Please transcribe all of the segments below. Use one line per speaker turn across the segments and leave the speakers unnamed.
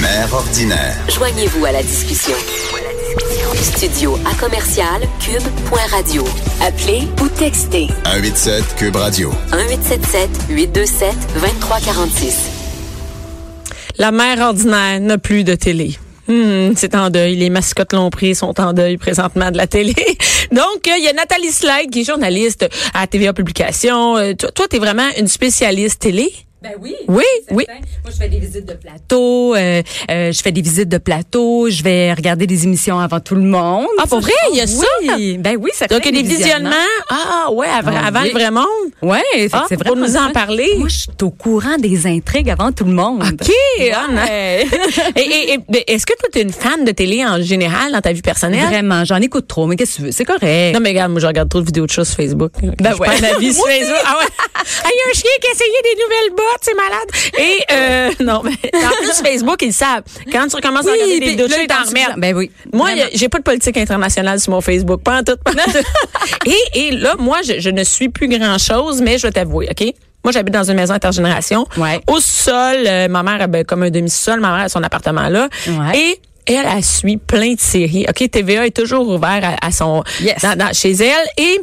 Mère ordinaire.
Joignez-vous à la discussion. Studio à commercial cube.radio. Appelez ou textez
187 Cube Radio.
1877 827 2346.
La mère ordinaire n'a plus de télé. Hmm, c'est en deuil. Les mascottes l'ont pris, sont en deuil présentement de la télé. Donc, euh, il y a Nathalie Slide qui est journaliste à TVA Publication. Euh, toi, toi, t'es vraiment une spécialiste télé?
Ben oui.
Oui,
certain.
oui.
Moi, je fais des visites de plateau. euh, euh, je fais des visites de plateau. Je vais regarder des émissions avant tout le monde.
Ah, pour vrai? Il y a ça?
Oui. Ben oui, ça
Donc,
fait
il y a des visionnements. Ah, ouais, avant,
Ah,
avant
oui.
le vrai monde.
Ouais, fait que
Ah,
c'est
pour
vraiment
nous en
ça.
parler.
Moi, je suis au courant des intrigues avant tout le monde.
OK, ah, nice. et, et- et- ben, est-ce que toi, t'es une fan de télé en général dans ta vie personnelle?
Vraiment, j'en écoute trop, mais qu'est-ce que tu veux? C'est correct.
Non, mais regarde, moi, je regarde trop de vidéos de chats sur Facebook. Ben
ouais.
avis sur Facebook. Ah ouais. Ah, il y a un chien qui a essayé des nouvelles bottes, c'est malade. Et, euh, non, mais, en plus, Facebook, ils le savent. Quand tu recommences à
Oui,
regarder des
puis
vidéos de
là,
chats, ils
ils t'en
t'en remettent.
Ben oui,
Moi,
vraiment.
y a- j'ai pas de politique internationale sur mon Facebook. Pas en tout. Pas en tout. et, et là, moi, je, je ne suis plus grand chose, mais je vais t'avouer, OK? Moi, j'habite dans une maison intergénération.
Ouais.
Au sol, euh, ma mère, ben, comme un demi-sol, ma mère a son appartement là.
Ouais.
Et elle, elle suit plein de séries. OK, TVA est toujours ouvert à, à son,
Yes.
dans- dans- chez elle. Et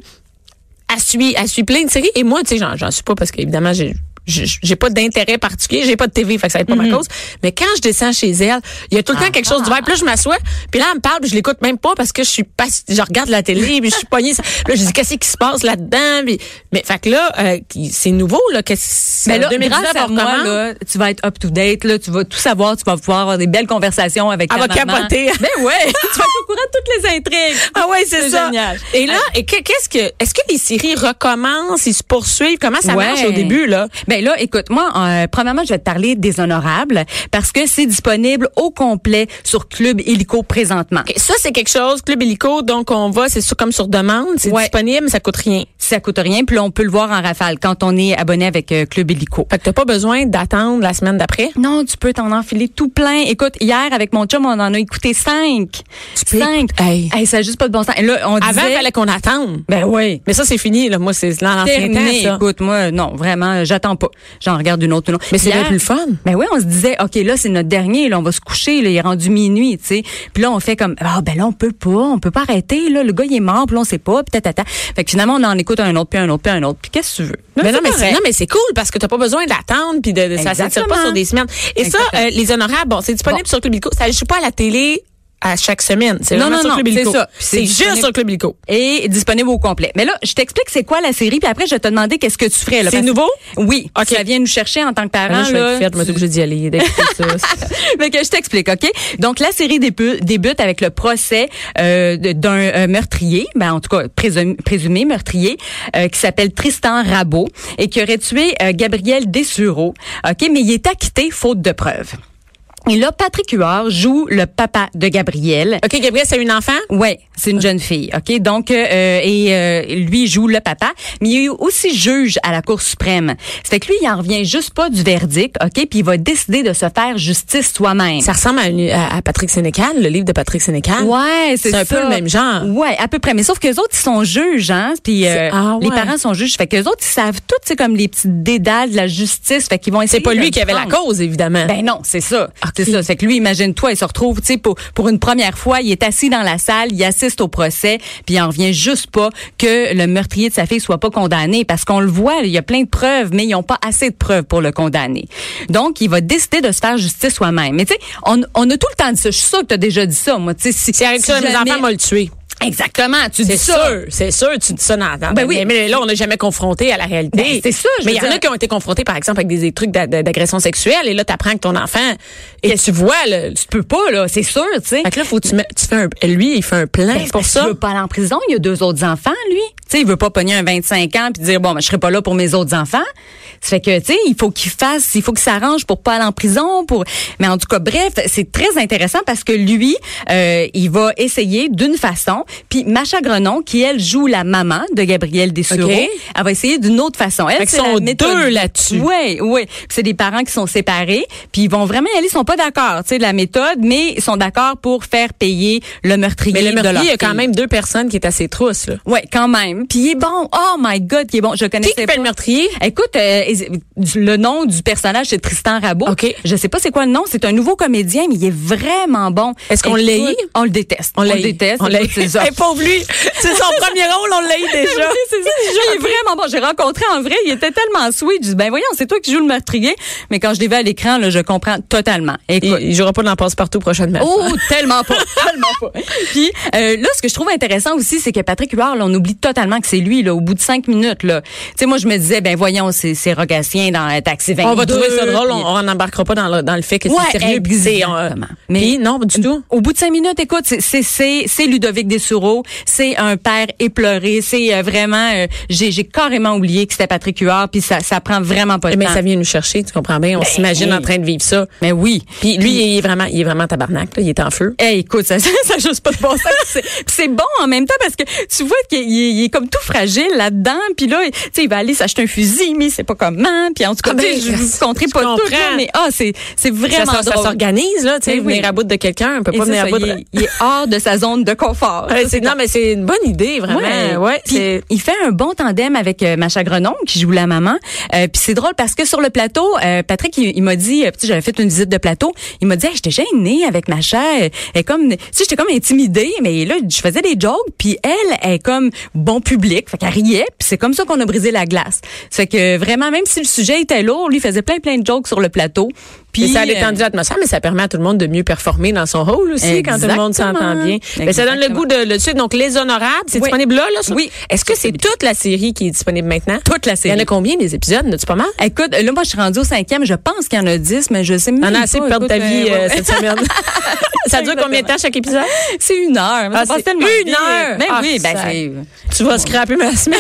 elle suit, elle suit plein de séries. Et moi, tu sais, j'en, j'en suis pas parce qu'évidemment, j'ai, j'ai j'ai pas d'intérêt particulier, j'ai pas de TV, fait que ça va être pas
Mm-hmm.
ma cause. Mais quand je descends chez elle, il y a tout le temps quelque chose
Ah.
d'ouvert. Puis là, je m'assois, puis là, elle me parle, puis je l'écoute même pas parce que je suis pas, je regarde la télé, puis je suis poignée. ça. Puis Là, je dis, qu'est-ce qui se passe là-dedans? Puis- mais, fait que là, euh, qui- c'est nouveau, là, qu'est-ce
Mais Ben là,
2019,
grâce à
on
moi,
recommence.
là, tu vas être up to date, là, tu vas tout savoir, tu vas pouvoir avoir des belles conversations avec
Elle
ta
va
maman.
capoter.
Ben ouais, tu vas être au courant de toutes les intrigues.
Ah ouais, c'est ça.
génial.
Et là, et que- qu'est-ce que, est-ce que les séries recommencent, ils se poursuivent? Comment ça
Ouais.
marche au début, là?
Ben là, écoute, moi, euh, premièrement, je vais te parler des honorables parce que c'est disponible au complet sur Club Illico présentement.
Ok, Ça, c'est quelque chose, Club Illico, donc on va, c'est sur, comme sur demande, c'est
Ouais.
disponible, mais ça coûte rien.
Ça coûte rien, puis là, on peut le voir en rafale quand on est abonné avec euh, Club Illico.
Fait que t'as pas besoin d'attendre la semaine d'après.
Non, tu peux t'en enfiler tout plein. Écoute, hier, avec mon chum, on en a écouté cinq.
peux
Cinq.
écou- Hey.
ça a juste pas de bon sens. Et là, on
Avant, il
disait...
fallait qu'on attende.
Ben oui.
Mais ça, c'est fini, là. Moi, c'est dans l'ancien
terminé.
temps, ça.
Écoute, moi, non, vraiment, euh, j'attends pas. J'en regarde une autre. Une autre.
Mais c'est
Hier-
bien plus le fun.
Ben oui, on se disait, OK, là, c'est notre dernier, là, on va se coucher, là, il est rendu minuit, tu sais. Puis là, on fait comme, ah, ben là, on peut pas, on peut pas arrêter, là, le gars, il est mort, puis là, on sait pas, puis tatata. Fait que finalement, on en écoute un autre, puis un autre, puis un autre. Puis qu'est-ce que tu veux?
Mais Ben non, mais c'est,
correct.
non, mais c'est cool parce que t'as pas besoin d'attendre puis de, de- ça s'attire pas
Exactement.
sur des semaines. Et ça,
Exactement.
euh, les honorables, bon, c'est disponible
Bon.
sur Club Illico. Ça joue pas à la télé à chaque semaine. C'est
Non,
vraiment
non,
sur
non,
Club Illico.
c'est ça. Puis c'est
C'est juste
disponible-
sur Club Illico.
Et disponible au complet. Mais là, je t'explique c'est quoi la série, puis après, je vais te demander qu'est-ce que tu ferais. là,
C'est
parce-
nouveau?
Oui.
OK.
Ça vient nous chercher en tant que
Ah,
parents.
là, je vais être fière, je vais
tu-
être obligée d'y aller. d'écouter ça.
Mais que je t'explique, OK? Donc, la série débu- débute avec le procès euh, de- d'un euh, meurtrier, ben, en tout cas présumé, présumé meurtrier, euh, qui s'appelle Tristan Rabot et qui aurait tué euh, Gabriel Dessureau, OK? Mais il est acquitté faute de preuves. Et là, Patrick Huard joue le papa de Gabriel.
OK, Gabriel, c'est une enfant?
Ouais, c'est une jeune fille, ok. Donc euh, et euh, lui joue le papa, mais il est aussi juge à la Cour suprême. Ça fait que lui, il en revient juste pas du verdict, ok. Puis il va décider de se faire justice soi-même.
Ça ressemble à, une- à- à Patrick Sénécal, le livre de Patrick Sénécal.
Ouais, c'est
C'est un
ça.
peu le même genre.
Ouais, à peu près. Mais sauf que les autres, ils sont juges, hein. Puis euh,
C'est- ah
les
ouais.
parents sont juges. Fait que les autres, ils savent tout, c'est comme les petits dédales de la justice. Fait qu'ils vont essayer.
C'est pas
de
lui
le
qui avait la
prendre.
cause, évidemment.
Ben non, c'est ça.
Ok.
C'est ça. C'est que lui, imagine-toi, il se retrouve, tu sais, pour, pour une première fois, il est assis dans la salle, il assiste au procès, puis il en revient juste pas que le meurtrier de sa fille soit pas condamné, parce qu'on le voit, il y a plein de preuves, mais ils n'ont pas assez de preuves pour le condamner. Donc, il va décider de se faire justice soi-même. Mais tu sais, on, on a tout le temps dit ça. Je suis sûre que tu as déjà dit ça, moi. Tu sais, si,
c'est avec
si
ça, mes
jamais-
enfants m'ont le tué.
Exactement, tu
C'est
dis ça.
sûr, c'est sûr, tu dis ça dans, dans
Ben oui.
mais, mais là, on n'est jamais confronté à la réalité.
Ben, c'est ça, je
Mais
veux
il y en
dire.
a qui ont été confrontés, par exemple, avec des, des trucs d'a- d'a- d'agression sexuelle, et là, tu apprends que ton enfant, et tu vois, le,
Tu peux pas là, c'est sûr, tu sais.
fait que là, faut que tu, mets- tu fais un, lui, il fait un plan
Ben, c'est
pour
parce
ça.
qu'il veut pas aller en prison, il a deux autres enfants, lui. Tu sais, il veut pas pogner un 25 ans puis dire bon, ben, je serai pas là pour mes autres enfants. Ça fait que tu sais, il faut qu'il fasse, il faut qu'il s'arrange pour pas aller en prison pour mais en tout cas bref, c'est très intéressant parce que lui, euh, il va essayer d'une façon, puis Macha Grenon qui elle joue la maman de Gabrielle Dessureau,
OK.
elle va essayer d'une autre façon. Elle
Fait qu'ils
c'est la
sont
méthode-
deux là-dessus.
oui, oui. Puis C'est des parents qui sont séparés, puis ils vont vraiment y aller, ils sont pas d'accord, tu sais, de la méthode, mais ils sont d'accord pour faire payer le meurtrier.
Mais le
de leur
meurtrier, il y a quand
fille.
même deux personnes qui est à ses trousses, là.
Ouais, quand même. Puis il est bon. Oh my God, il est bon. Je
Qui
connaissais
qui
pas.
fait le meurtrier?
Écoute, euh, le nom du personnage c'est Tristan Rabot.
OK.
Je sais pas c'est quoi le nom. C'est un nouveau comédien, mais il est vraiment bon.
Est-ce qu'on
Écoute,
l'haït?
On le déteste.
l'a
le
eu.
déteste.
On l'a eu.
Écoute, c'est ça.
Eh, pauvre lui. C'est son premier rôle, on l'a eu déjà.
Oui, c'est ça. Il est vraiment bon. J'ai rencontré en vrai, il était tellement sweet. Je dis, ben voyons, c'est toi qui joues le meurtrier. Mais quand je l'ai vu à l'écran, là, je comprends totalement.
Il,
Écoute.
il jouera pas dans Passe-Partout prochainement.
Oh, tellement pas, tellement pas. Puis euh, là, ce que je trouve intéressant aussi, c'est que Patrick Huard, là, on oublie totalement que c'est lui, là, au bout de cinq minutes, là. Tu sais, moi, je me disais, ben voyons, c'est, c'est Rogatien dans un Taxi 22.
On va trouver ça drôle,
puis-
on on n'embarquera pas dans le, dans le fait que
Ben, Ouais,
c'est sérieux. puis c'est, euh,
exactement.
puis non, du tout.
Au bout de cinq minutes, écoute, c'est- c'est c'est c'est Ludovic Dessureau, c'est un père éploré, c'est euh, vraiment, euh, j'ai j'ai carrément oublié que c'était Patrick Huard, puis ça ça prend vraiment pas de
Mais
temps. Ben,
ça vient nous chercher, tu comprends bien. On s'imagine
oui.
en train de vivre ça.
Mais oui.
Puis lui, il est vraiment, il est vraiment tabarnak, là. Il est en feu.
Eh, écoute, ça, ça, ça a juste pas de bon sens. Puis c'est- puis c'est bon en même temps parce que tu vois qu'il est- il est, il est comme tout fragile là-dedans. Puis là, il- tu sais, il va aller s'acheter un fusil, mais c'est pas comment. Puis en tout cas,
Ah ben,
tu sais, je vous
ça,
compterai
je
pas tout,
comprends.
là, mais ah, c'est, c'est
Ça,
vraiment
s'or- ça
drôle.
s'organise, là, tu sais,
Mais oui.
venir à bout de quelqu'un. On peut
Et
pas
c'est
venir
ça,
à bout
il,
de...
est, il est hors de sa zone de confort.
Ouais,
Ça,
c'est- non, mais c'est une bonne idée, vraiment. Ouais,
euh, Puis
c'est-
il fait un bon tandem avec euh, Macha Grenon qui joue la maman. Euh, puis c'est drôle parce que sur le plateau, euh, Patrick il, il m'a dit, euh, tu sais, j'avais fait une visite de plateau, il m'a dit, Hey, j'étais gênée avec Macha, euh, elle est comme, tu sais, j'étais comme intimidée, mais là je faisais des jokes, puis elle elle est comme bon public, fait qu'elle riait, puis c'est comme ça qu'on a brisé la glace. Ça Fait que vraiment même si le sujet était lourd, lui il faisait plein plein de jokes sur le plateau. Puis
Mais ça a
euh,
détendu l'atmosphère, mais ça permet à tout le monde de mieux performer dans son rôle aussi quand tout le monde
Exactement.
s'entend bien. Mais ça donne le
Exactement.
goût de le suivre. Donc, Les Honorables, c'est
Oui.
disponible là, là? sur-
Oui.
Est-ce que c'est toute la série qui est disponible maintenant?
Toute la
Il y en
série.
a combien des épisodes? N'as-tu pas mal?
euh, Écoute, là, moi, je suis rendue au cinquième. Je pense qu'il y en a dix, mais je sais même
On en a
pas.
assez pour perdre ta
Écoute,
vie
euh,
euh,
ouais.
cette semaine. ça dure combien de temps chaque épisode?
C'est une heure. Mais
Ah,
ça passe
c'est
tellement
une
vite.
heure!
Ben
Ah,
oui, ben
ça-
c'est...
Tu vas scraper ma semaine.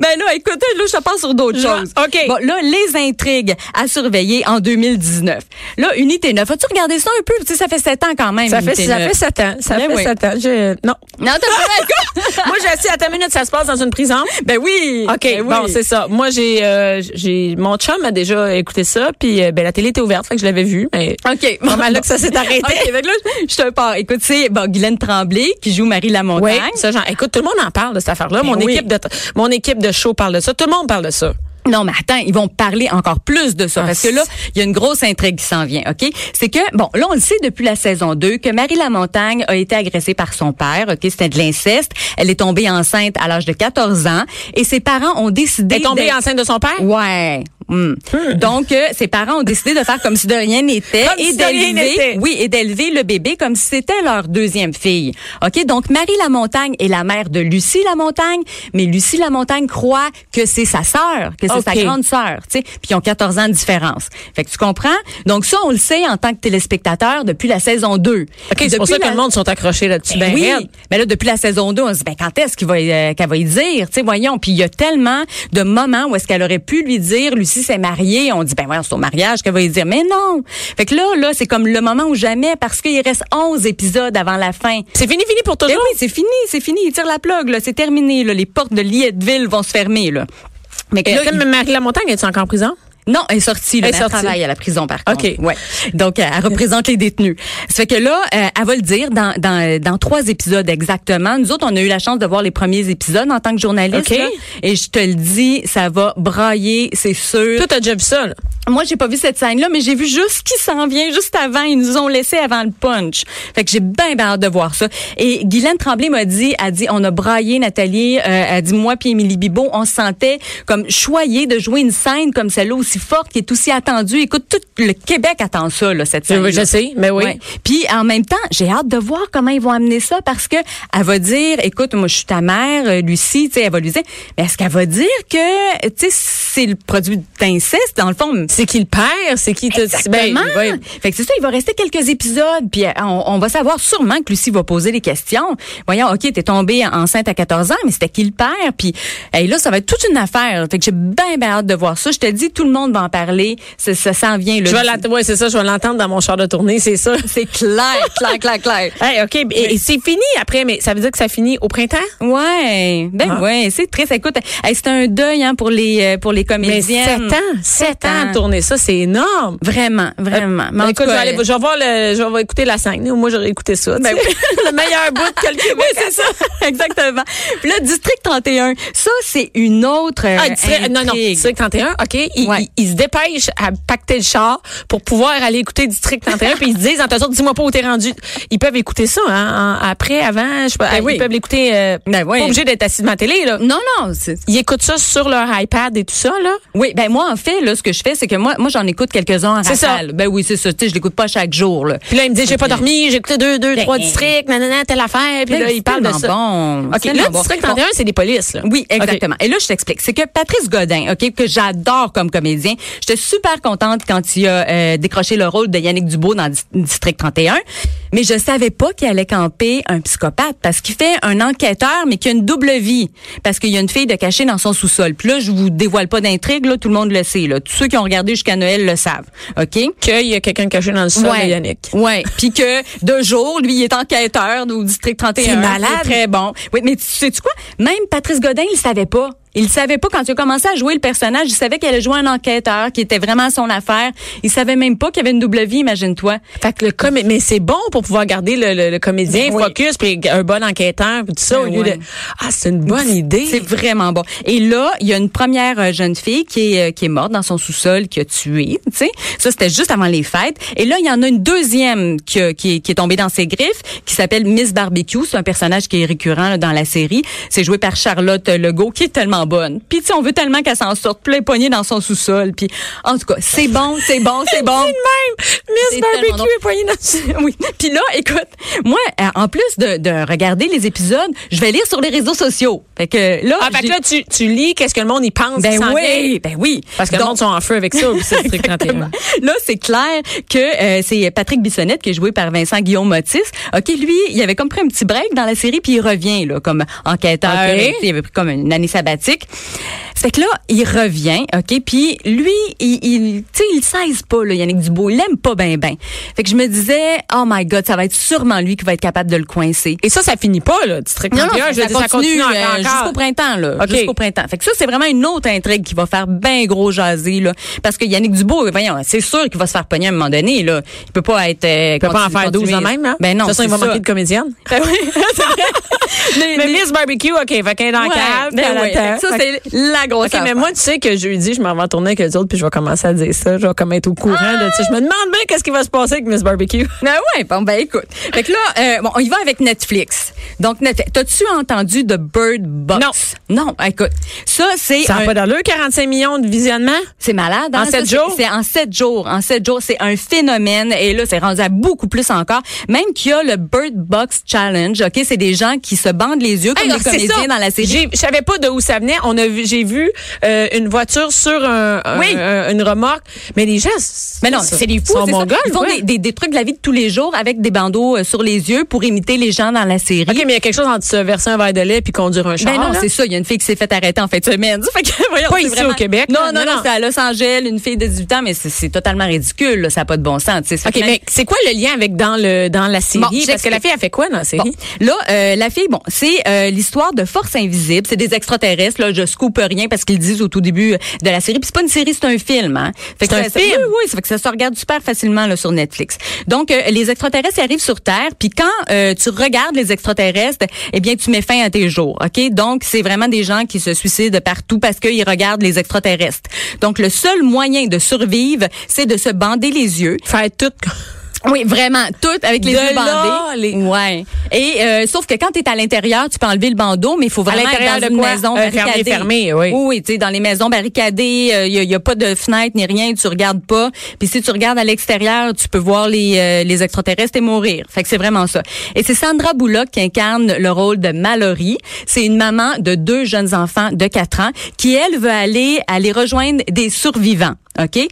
Ben là, écoute, là, je te parle sur d'autres
Je-
choses.
OK.
Bon, là, les intrigues à surveiller en 2019. Là, Unité 9. As-tu regardé ça un peu? Tu sais, ça fait sept ans quand même,
Ça fait,
Unité
ça
9.
fait 7 ans. Ça
Ben
fait
oui.
sept ans. Je- Non.
Non, t'as pas
Moi, j'ai assis à ta minute, ça se passe dans une prison.
Ben oui!
OK,
Ben oui.
bon, c'est ça. Moi, j'ai, euh, j'ai, mon chum a déjà écouté ça, puis euh, ben, la télé était ouverte, fait que je l'avais vu, mais
OK.
normal là que ça s'est arrêté.
OK, fait que là, je te parle. Écoute, c'est bon, Guylaine Tremblay qui joue Marie Lamontagne.
Oui, ça, genre, écoute, tout le monde en parle de cette affaire-là. Mon,
Ben oui.
équipe de t- mon équipe de show parle de ça. Tout le monde parle de ça.
Non, mais attends, ils vont parler encore plus de ça
Ah,
parce que là, il y a une grosse intrigue qui s'en vient, OK C'est que bon, là on le sait depuis la saison 2 que Marie Lamontagne a été agressée par son père, OK, c'était de l'inceste. Elle est tombée enceinte à l'âge de 14 ans et ses parents ont décidé
Elle est tombée
d'être-
enceinte de son père?
Ouais. hmm. Donc, euh, ses parents ont décidé de faire comme si de rien n'était
Comme
et
si de rien
d'élever,
n'était.
oui, et d'élever le bébé comme si c'était leur deuxième fille. Ok, donc Marie Lamontagne est la mère de Lucie Lamontagne, mais Lucie Lamontagne croit que c'est sa sœur, que c'est sa
Ok.
grande sœur, tu sais, puis ils ont 14 ans de différence. Fait que tu comprends Donc ça, on le sait en tant que téléspectateur depuis la saison 2.
OK, c'est pour
Depuis
ça que
la-
tout le monde sont accrochés là-dessus.
ben
Ben,
oui.
raide.
Mais là, depuis la saison 2, on se dit, ben, quand est-ce qu'il va, euh, qu'elle va y dire? Tu sais, voyons. Puis il y a tellement de moments où est-ce qu'elle aurait pu lui dire, Lucie s'est mariée. On dit, ben, voyons, c'est au mariage qu'elle va y dire. Mais non. Fait que là, là, c'est comme le moment où jamais parce qu'il reste 11 épisodes avant la fin.
C'est fini, fini pour
Eh
toujours.
oui, c'est fini, c'est fini. Il tire la plug, là. C'est terminé, là. Les portes de Lietteville vont se fermer, là. Mais que
Et
là,
comme
il-
Marie Lamontagne, est-tu encore en prison?
non, elle est sortie. Là,
Elle est
mais elle
sortie.
travaille à la prison, par contre.
OK.
Ouais. Donc, elle représente les détenus. Ça fait que là, euh, elle va le dire dans, dans, dans trois épisodes exactement. Nous autres, on a eu la chance de voir les premiers épisodes en tant que journaliste.
OK.
là. et je te le dis, ça va brailler, c'est sûr.
Toi, t'as déjà vu ça, là.
Moi, j'ai pas vu cette scène-là, mais j'ai vu juste qui s'en vient juste avant. Ils nous ont laissé avant le punch. Fait que j'ai bien ben hâte de voir ça. Et Guylaine Tremblay m'a dit, a dit, on a braillé Nathalie, euh, a dit moi puis Émilie Bibot, on se sentait comme choyés de jouer une scène comme celle-là aussi forte, qui est aussi attendue. Écoute, tout le Québec attend ça, là, cette scène.
Oui, je sais, mais oui.
Puis en même temps, j'ai hâte de voir comment ils vont amener ça parce que elle va dire, écoute, moi je suis ta mère, euh, Lucie, tu sais, elle va lui dire, mais est-ce qu'elle va dire que, tu sais, c'est le produit d'inceste dans le fond?
C'est qui le père? C'est qui? te-
Exactement.
Ben, ouais.
Fait que c'est ça, il va rester quelques épisodes, puis euh, on, on va savoir sûrement que Lucie va poser des questions. Voyons, OK, t'es tombée enceinte à 14 ans, mais c'était qui le père? Puis hey, là, ça va être toute une affaire. Fait que j'ai bien, bien hâte de voir ça. Je te dis, tout le monde va en parler. Ça, ça s'en vient. Là.
Je vais l'entendre, ouais, c'est ça, je vais l'entendre dans mon char de tournée, c'est ça.
C'est clair, clair, clair, clair.
Hey, OK. Et, et c'est fini après, mais ça veut dire que ça finit au printemps?
Ouais, ben
Ah.
ouais, c'est triste. Écoute, hey, c'est un deuil hein, pour les euh, pour les
Mais
comédiennes. Euh,
7 Ben, ans, 7 ans de tourner ça, c'est énorme.
Vraiment, vraiment. Mais en
écoute,
tout
je vais
cas, Ben
aller, je vais voir le, je vais écouter la scène. Moi, j'aurais écouté ça. tu sais. le meilleur bout de quelqu'un.
Oui, c'est ça. Exactement. Puis là, District 31, ça, c'est une autre. euh,
Ah, District- non, non,
intrigue.
District 31, OK. Ils,
Ouais.
ils- ils se dépêchent à pacter le char pour pouvoir aller écouter District 31, puis ils se disent, en toute sorte, dis-moi pas où t'es rendu. Ils peuvent écouter ça, hein, en- après, avant, je sais pas,
Ben
ils
oui.
peuvent l'écouter, euh,
Ben oui.
pas obligé d'être assis devant la télé, là.
Non, non. c'est-
Ils écoutent ça sur leur iPad et tout ça, là.
Oui, ben moi, en fait, là, ce que je fais, c'est que moi, moi j'en écoute quelques-uns en
C'est ça.
rafale. Ben oui, c'est ça. Tu sais, je l'écoute pas chaque jour. Là.
Puis là, ils me disent, j'ai pas dormi, j'ai écouté deux, deux, trois districts, nanana, telle affaire, puis
eh. Ben,
là,
c'est
ils parlent de
tellement
ça.
bon.
OK,
C'est
là,
tellement bon.
District 31, c'est des polices, là.
Oui,
OK.
exactement. Et là, je t'explique. C'est que Patrice Godin, OK, que j'adore comme comédien, j'étais super contente quand il a euh, décroché le rôle de Yannick Dubois dans Dis- District 31, mais je savais pas qu'il allait camper un psychopathe parce qu'il fait un enquêteur, mais qui a une double vie parce qu'il y a une fille de cachée dans son sous-sol. Puis là, je vous dévoile pas d'intrigue, là, tout le monde le sait. Là. Tous ceux qui ont regardé jusqu'à Noël le savent, OK?
Qu'il y a quelqu'un de caché dans le sol,
Ouais.
de Yannick.
Ouais. Puis que de jour, lui, il est enquêteur au district 31.
C'est malade.
très bon. Oui, mais tu sais quoi? Même Patrice Godin, il savait pas. Il savait pas quand il a commencé à jouer le personnage. Il savait qu'elle allait jouer un enquêteur, qui était vraiment son affaire. Il savait même pas qu'il y avait une double vie, imagine-toi.
Fait que le comé- mais c'est bon pour pouvoir garder le, le- le comédien
Oui.
focus puis un bon enquêteur puis tout ça au
Ben
lieu
ouais.
de ah c'est une bonne idée.
C'est vraiment bon. Et là, il y a une première euh, jeune fille qui est, euh, qui est morte dans son sous-sol, qui a tué, tu sais. Ça, c'était juste avant les fêtes. Et là, il y en a une deuxième qui, a- qui, est- qui est tombée dans ses griffes, qui s'appelle Miss Barbecue. C'est un personnage qui est récurrent là, dans la série. C'est joué par Charlotte Legault, qui est tellement bonne. Puis, tu sais, on veut tellement qu'elle s'en sorte. Puis, là, elle est pognée dans son sous-sol. Puis, en tout cas, c'est bon, c'est bon, c'est bon.
Miss
C'est tellement
Barbecue
drôle.
est poignée dans le
oui. Puis là, écoute, moi, euh, en plus de, de regarder les épisodes, je vais lire sur les réseaux sociaux. Fait que là,
Ah fait que
j'ai-
là tu, tu lis qu'est-ce que le monde y pense qui
ben
s'en vient.
oui, ben oui.
parce que le
Donc,
monde sont en feu avec ça au district 31.
Là, c'est clair que euh, c'est Patrick Bissonnette qui est joué par Vincent Guillaume Motis. OK, lui, il avait comme pris un petit break dans la série puis il revient là comme enquêteur,
OK.
Et, tu sais, il avait pris comme une année sabbatique. C'est que là, il revient, OK, puis lui, il, il tu sais, il saise pas là, Yannick Dubois, il l'aime pas ben ben. Fait que je me disais, oh my god, ça va être sûrement lui qui va être capable de le coincer.
Et ça ça finit pas là district 31, je veux dire, ça continue, encore,
euh,
encore.
jusqu'au printemps là,
OK.
jusqu'au printemps. Fait que ça c'est vraiment une autre intrigue qui va faire bien gros jaser là, parce que Yannick Dubois, voyons, c'est sûr qu'il va se faire pogner à un moment donné là. Il peut pas être euh, Il
Tu peux pas en faire 12 en même hein.
Ben non,
de toute façon il
c'est
va
ça.
manquer de comédienne. mais, Miss Barbecue OK, fait qu'elle est dans
Ouais,
la cave,
ben
puis elle
ouais.
attend.
Ça
Fait que-
c'est la grosse
OK, mais
affaire.
moi, tu sais que jeudi, je m'en vais en tourner avec eux autres, puis je vais commencer à dire ça. Je vais comme être au courant. de- tu sais, je me demande bien qu'est-ce qui va se passer avec Miss Barbecue.
Ben ouais, bon ben écoute. Fait que là euh, bon, on y va avec Netflix. Donc Netflix, t'as-tu entendu de Bird Box Non. Non, écoute. Ça c'est
Ça
un-
n'a pas d'allure, 45 millions de visionnements.
C'est malade. hein?
En sept
Ça, c'est-
jours?
C'est en sept jours. En sept jours, c'est un phénomène. Et là, c'est rendu à beaucoup plus encore. Même qu'il y a le Bird Box Challenge. Ok, c'est des gens qui se bandent les yeux comme
Alors,
les
c'est
comédiens
ça.
dans la série.
J'ai- Je savais pas de où ça venait. On a vu, j'ai vu euh, une voiture sur un, un-
Oui.
un- une remorque, mais les gens,
Mais non,
ça,
c'est des fous.
sont
c'est ça.
mongols,
Ils font
ouais.
des, des- des trucs de la vie de tous les jours avec des bandeaux euh, sur les yeux pour imiter les gens dans la série.
Ok, mais il y a quelque chose entre se verser un verre de lait puis conduire un char.
Ben non,
là.
c'est ça. Il y a une fille qui s'est faite arrêter en fin de semaine. Fait que, voyons,
Pas
c'est
ici au Québec,
Non,
là.
non,
Non,
non,
non.
c'est à Los Angeles, une fille de 18 ans, mais c'est- c'est totalement ridicule. là. Ça n'a pas de bon sens. tu sais. Ça
Ok,
fait même-
mais c'est quoi le lien avec dans le dans la série
Bon,
Parce que
j'explique.
la fille a fait quoi dans la série
Bon, là, euh, la fille, bon, c'est euh, l'histoire de forces invisibles. C'est des extraterrestres juste, là, je scoop rien parce qu'ils disent au tout début euh, de la série. Puis c'est pas une série, c'est un film. Hein. Fait que
C'est
ça-
un
ça-
film?
oui, oui, ça fait que ça se regarde super facilement là, sur Netflix. Donc, euh, les extraterrestres arrivent sur Terre. Puis quand euh, tu regardes les extraterrestres, eh bien, tu mets fin à tes jours. OK? Donc, c'est vraiment des gens qui se suicident partout parce qu'ils regardent les extraterrestres. Donc, le seul moyen de survivre, c'est de se bander les yeux.
Faire tout.
Oui, vraiment, toutes avec les
De
yeux bandés.
là, les-
Ouais. Et euh, sauf que quand tu es à l'intérieur, tu peux enlever le bandeau, mais il faut vraiment
l'intérieur
être dans
de
une
quoi?
maison
Euh, fermée,
barricadée.
fermée, oui.
Oui, tu sais dans les maisons barricadées, il y, a- y a pas de fenêtre ni rien, tu regardes pas. Puis si tu regardes à l'extérieur, tu peux voir les euh, les extraterrestres et mourir. Fait que c'est vraiment ça. Et c'est Sandra Bullock qui incarne le rôle de Mallory. C'est une maman de deux jeunes enfants de 4 ans qui elle veut aller aller rejoindre des survivants. OK? Et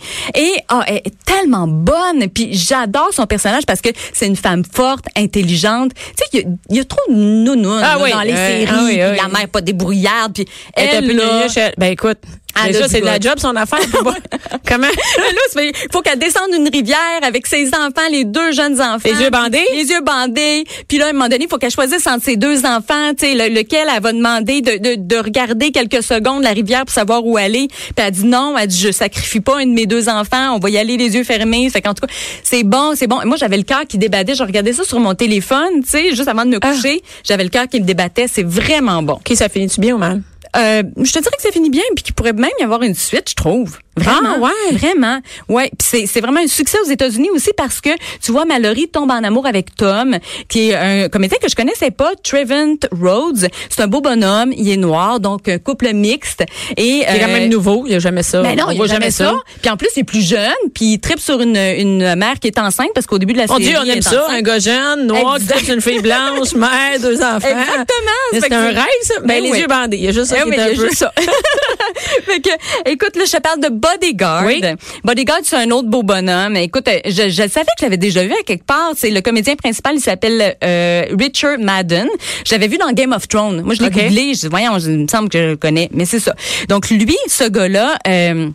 ah, elle est tellement bonne. Puis j'adore son personnage parce que c'est une femme forte, intelligente. Tu sais, il y a- il y, a trop de nounounes
Ah
là,
oui,
dans les
euh,
séries.
ah oui,
puis
ah oui.
La mère pas débrouillarde. Puis
Elle est un
elle,
peu
là,
nulle, elle- Ben écoute,
Elle a
déjà,
du
c'est de la
goût.
job son affaire. faut pas- Comment?
là, ça fait- faut qu'elle descende une rivière avec ses enfants, les deux jeunes enfants.
Les yeux bandés?
Les yeux bandés. Puis là, à un moment donné, il faut qu'elle choisisse entre ses deux enfants, tu sais, le- lequel elle va demander de, de, de regarder quelques secondes la rivière pour savoir où aller. Puis elle dit non, elle dit je sacrifie pas un de mes deux enfants, on va y aller les yeux fermés. Fait qu'en tout cas, c'est bon, c'est bon. Et moi, j'avais le cœur qui débattait, je regardais ça sur mon téléphone, tu sais, juste avant de me
Ah.
coucher, j'avais le cœur qui me débattait, c'est vraiment bon.
OK, ça finit-tu bien ou mal?
Euh, je te dirais que ça finit bien, puis qu'il pourrait même y avoir une suite, je trouve. Vraiment,
Ah, ouais?
Vraiment, ouais. Puis c'est, c'est vraiment un succès aux États-Unis aussi parce que tu vois, Mallory tombe en amour avec Tom, qui est un comédien que je connaissais pas, Trevent Rhodes. C'est un beau bonhomme, il est noir, donc un couple mixte et
C'est quand
euh,
même nouveau, il n'y a jamais ça.
Mais non,
On
il
voit
voit jamais ça. Puis en plus, il est plus jeune, puis il tripe sur une, une mère qui est enceinte parce qu'au début de la
Mon
série,
Oh Dieu, on
elle est
aime ça,
enceinte.
un gars jeune, noir, qui
Exact.
touche une fille blanche, mère, deux enfants.
Exactement,
Mais
fait
C'est
que
un
c'est-
rêve, ça. Ben,
Ben
les
oui.
yeux bandés. Il y a juste ça
Eh
qui
oui,
est
il y
un
a
peu.
juste ça. fait que, écoute, là, je te parle de Bodyguard.
Oui.
Bodyguard, c'est un autre beau bonhomme. Écoute, euh, je, je le savais que je l'avais déjà vu à quelque part. C'est le comédien principal, il s'appelle euh, Richard Madden. J'avais vu dans Game of Thrones. Moi, je l'ai
Ok.
googlé. Je dis, voyons, je- il me semble que je le connais. Mais c'est ça. Donc, lui, ce gars-là... euh,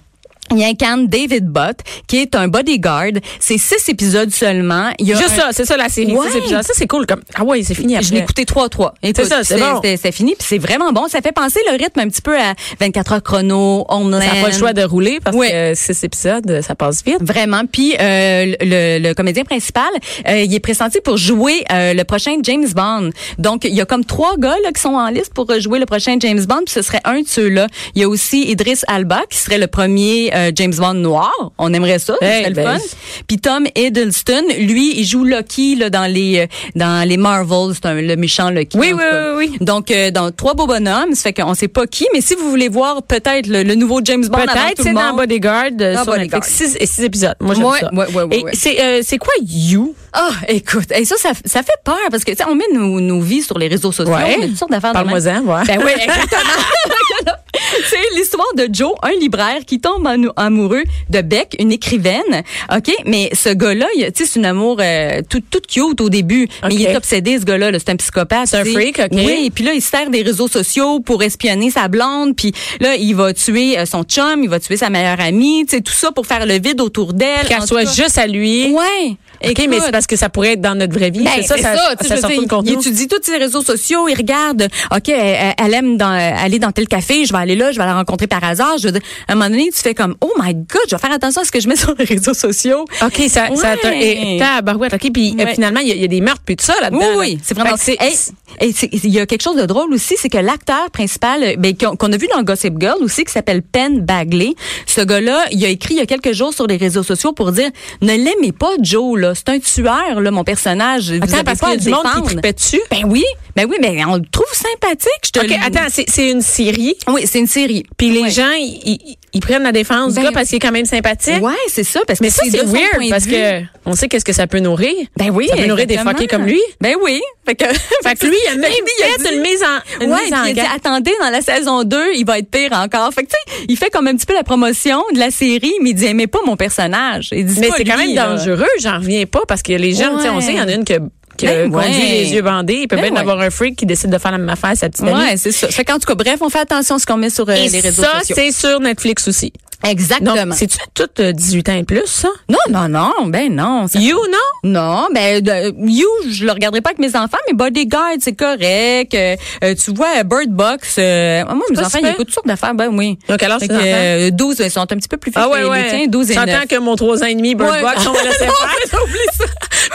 il incarne David Butt, qui est un bodyguard. C'est six épisodes seulement. Il y a
Juste
un-
ça, c'est ça la série.
Ouais.
six épisodes. Ça, c'est cool. Comme... Ah ouais, c'est fini après.
je l'ai écouté 3-3. Écoute,
ça, c'est bon.
c'était- c'était fini, puis c'est vraiment bon. Ça fait penser le rythme un petit peu à 24 heures chrono, Homeland.
Ça n'a pas le choix de rouler parce
Ouais.
que euh, six épisodes, ça passe vite.
Vraiment. Puis euh, le, le comédien principal, euh, il est pressenti pour jouer euh, le prochain James Bond. Donc, il y a comme trois gars là, qui sont en liste pour euh, jouer le prochain James Bond. Puis ce serait un de ceux-là. Il y a aussi Idris Alba qui serait le premier euh, James Bond noir. On aimerait ça. ça
Hey,
serait le
ben,
fun. Puis Tom Hiddleston, lui, il joue Lucky là, dans les euh, dans les Marvels. C'est un- le méchant Lucky.
Oui,
en
oui,
tout cas.
oui, oui.
Donc, euh, dans trois beaux bonhommes, ça fait qu'on sait pas qui. Mais si vous voulez voir peut-être le, le nouveau James Bond, avant
Peut-être,
tout
c'est
le
dans
monde,
Bodyguard. euh,
Dans
sur
Bodyguard.
Netflix. Six, et six épisodes. Moi, j'aime
Ouais,
ça.
ouais, ouais, ouais,
Et
ouais.
c'est, euh, c'est quoi You?
Ah, écoute, et ça, ça, ça fait peur parce que, tu sais, on met nos, nos vies sur les réseaux sociaux.
Ouais.
On a toutes sortes d'affaires. de
Parle-moi-en,
même.
ouais.
Ben oui, exactement. C'est l'histoire de Joe, un libraire qui tombe en- amoureux de Beck, une écrivaine. OK? Mais ce gars-là, il a- tu sais, c'est un amour euh, tout, tout cute au début. Mais il
OK.
est obsédé, ce gars-là. là. C'est un psychopathe.
C'est un
tu sais.
freak, OK.
Oui, et puis là, il se sert des réseaux sociaux pour espionner sa blonde. Puis là, il va tuer euh, son chum, il va tuer sa meilleure amie. Tu sais, tout ça pour faire le vide autour d'elle.
Qu'elle
En
soit
tout cas-
juste à lui.
Ouais.
OK, mais c'est parce que ça pourrait être dans notre vraie vie.
Ben,
c'est ça,
c'est
ça,
tu sais,
ça
je
sort
veux
tout
dire,
de contenu.
Il étudie tous ses réseaux sociaux, il regarde, OK, elle, elle aime dans, aller dans tel café, je vais aller là, je vais la rencontrer par hasard. Je veux dire, à un moment donné, tu fais comme, oh my God, je vais faire attention à ce que je mets sur les réseaux sociaux.
OK, ça, ça te-
Ouais.
et tabarouette. OK, puis euh,
Ouais.
finalement, il y, a- il y a des meurtres puis tout ça là-dedans.
Oui,
là.
oui, c'est vraiment.
Fait que
Hey,
c'est-
hey, c'est- il y a quelque chose de drôle aussi, c'est que l'acteur principal, euh, ben, qu'on qu'on a vu dans Gossip Girl aussi, qui s'appelle Penn Bagley, ce gars-là, il a écrit il y a quelques jours sur les réseaux sociaux pour dire, ne l'aimez pas, Joe, là, c'est un tueur, là, mon personnage. Vous
Attends,
avez
parce
pas
qu'il y a du
à le
monde qui
défendre.
tripait dessus.
Ben oui, ben oui, mais on le trouve sympathique, je te
OK,
le-
attends, c'est- c'est une série.
Oui, c'est une série.
Puis les
Ouais.
gens, ils- ils ils prennent la défense du
Ben-
gars parce qu'il est quand même sympathique.
Ouais, c'est ça parce
Mais
que
ça,
de
c'est
son point
weird
de
parce
vue.
que on sait qu'est-ce que ça peut nourrir.
ben oui,
Ça peut nourrir des
exactement.
fuckés comme lui.
Ben oui. Fait que
Fait que lui, il a même
dit-
fait une mise en, une
ouais,
mise
puis
en
il a dit,
garde.
attendez, dans la saison 2, il va être pire encore. Fait que, tu sais, il fait comme un petit peu la promotion de la série, mais il dit, aimez pas mon personnage. Il dit,
Mais
pas
c'est quand
lui,
même
là.
dangereux, j'en reviens pas, parce que les jeunes, tu sais, on
Ouais.
sait, il y en a une qui a- qui a
Ben ouais.
conduit les yeux bandés. Il peut
Ben
bien
ouais.
avoir un freak qui décide de faire la même affaire à sa petite amie.
Ouais, c'est ça. Fait qu'en tout cas, bref, on fait attention à ce qu'on met sur euh,
Et
les réseaux
ça,
sociaux.
c'est sur Netflix aussi. Donc,
Exactement.
c'est-tu toutes euh, 18 ans et plus, ça?
non, non, non, ben non. ça-
You, non?
Non, ben de- You, je le regarderai pas avec mes enfants, mais Bodyguard, c'est correct. Euh, euh, tu vois, euh, Bird Box, euh, moi, mes
pas
enfants,
si
ils
pire.
écoutent toutes sortes d'affaires, ben oui.
Donc, alors,
Fait
c'est Ah
que, euh, 12, ils sont un petit peu plus vieux que les tiens, 12 et 9.
J'entends que mon 3 ans et demi, Bird
Ouais.
Box, on va laisser
Non,
faire.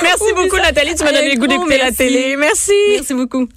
Merci
Oublie
beaucoup,
ça.
Nathalie. Tu m'as
Hey,
donné le goût
gros
d'écouter la
merci.
télé. Merci.
Merci beaucoup.